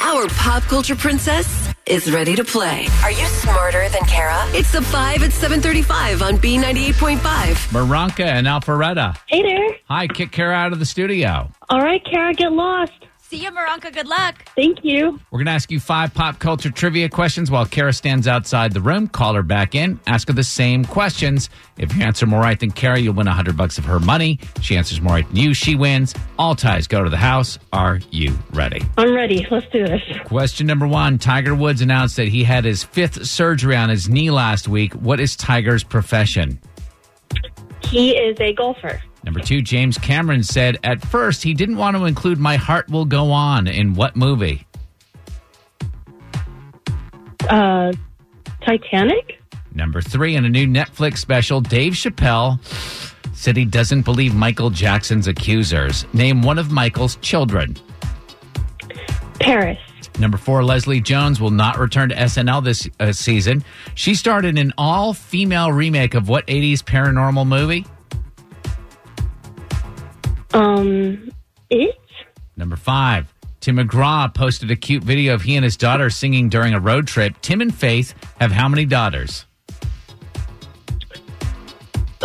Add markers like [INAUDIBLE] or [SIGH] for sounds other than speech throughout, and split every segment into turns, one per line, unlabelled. Our pop culture princess is ready to play.
Are you smarter than Kara?
It's the 5 at 735 on B98.5.
Maranka and Alpharetta.
Hey there.
Hi, kick Kara out of the studio.
All right, Kara, get lost.
See you, Maranka. Good luck.
Thank you.
We're going to ask you five pop culture trivia questions while Kara stands outside the room. Call her back in, ask her the same questions. If you answer more right than Kara, you'll win 100 bucks of her money. She answers more right than you, she wins. All ties go to the house. Are you ready?
I'm ready. Let's do this.
Question number one Tiger Woods announced that he had his fifth surgery on his knee last week. What is Tiger's profession?
He is a golfer.
Number two, James Cameron said at first he didn't want to include My Heart Will Go On in what movie?
Uh, Titanic?
Number three, in a new Netflix special, Dave Chappelle said he doesn't believe Michael Jackson's accusers. Name one of Michael's children.
Paris.
Number four, Leslie Jones will not return to SNL this uh, season. She starred in an all female remake of what 80s paranormal movie?
Um, it?
Number five, Tim McGraw posted a cute video of he and his daughter singing during a road trip. Tim and Faith have how many daughters?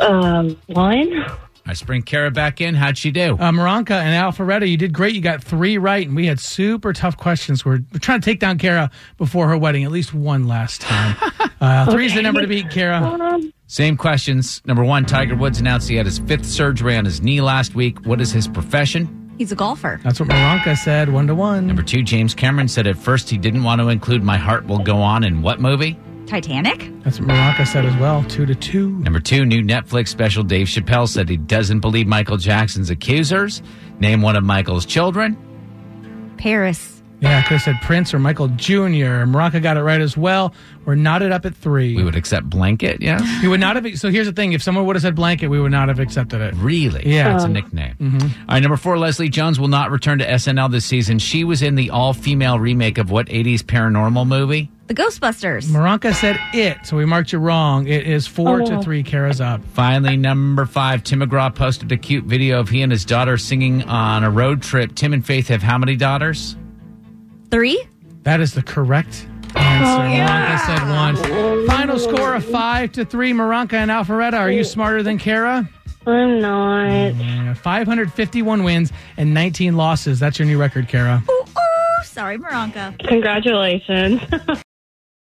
Um, one?
I spring Kara back in. How'd she do?
Uh, Maranka and Alpharetta, you did great. You got three right, and we had super tough questions. We're, we're trying to take down Kara before her wedding, at least one last time. Uh, Three's the number to beat, Kara.
Um,
Same questions. Number one, Tiger Woods announced he had his fifth surgery on his knee last week. What is his profession?
He's a golfer.
That's what Maranka said, one to one.
Number two, James Cameron said at first he didn't want to include My Heart Will Go On in what movie?
Titanic?
That's what Maranka said as well, two to two.
Number two, new Netflix special Dave Chappelle said he doesn't believe Michael Jackson's accusers. Name one of Michael's children.
Paris.
Yeah, I could have said Prince or Michael Jr. Maranka got it right as well. We're knotted up at three.
We would accept blanket, yeah?
You would not have. So here's the thing: if someone would have said blanket, we would not have accepted it.
Really?
Yeah.
It's a nickname. All right, number four, Leslie Jones will not return to SNL this season. She was in the all female remake of what 80s paranormal movie?
The Ghostbusters.
Maranka said it, so we marked you wrong. It is four to three. Kara's up.
Finally, number five, Tim McGraw posted a cute video of he and his daughter singing on a road trip. Tim and Faith have how many daughters?
Three?
That is the correct answer. Maranka said one. Final score of five to three. Maranka and Alpharetta. Are you smarter than Kara?
I'm not.
Yeah, 551 wins and 19 losses. That's your new record, Kara.
Ooh, ooh. Sorry, Maranka.
Congratulations. [LAUGHS]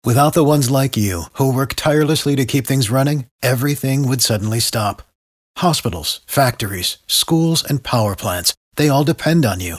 Without the ones like you, who work tirelessly to keep things running, everything would suddenly stop. Hospitals, factories, schools, and power plants, they all depend on you.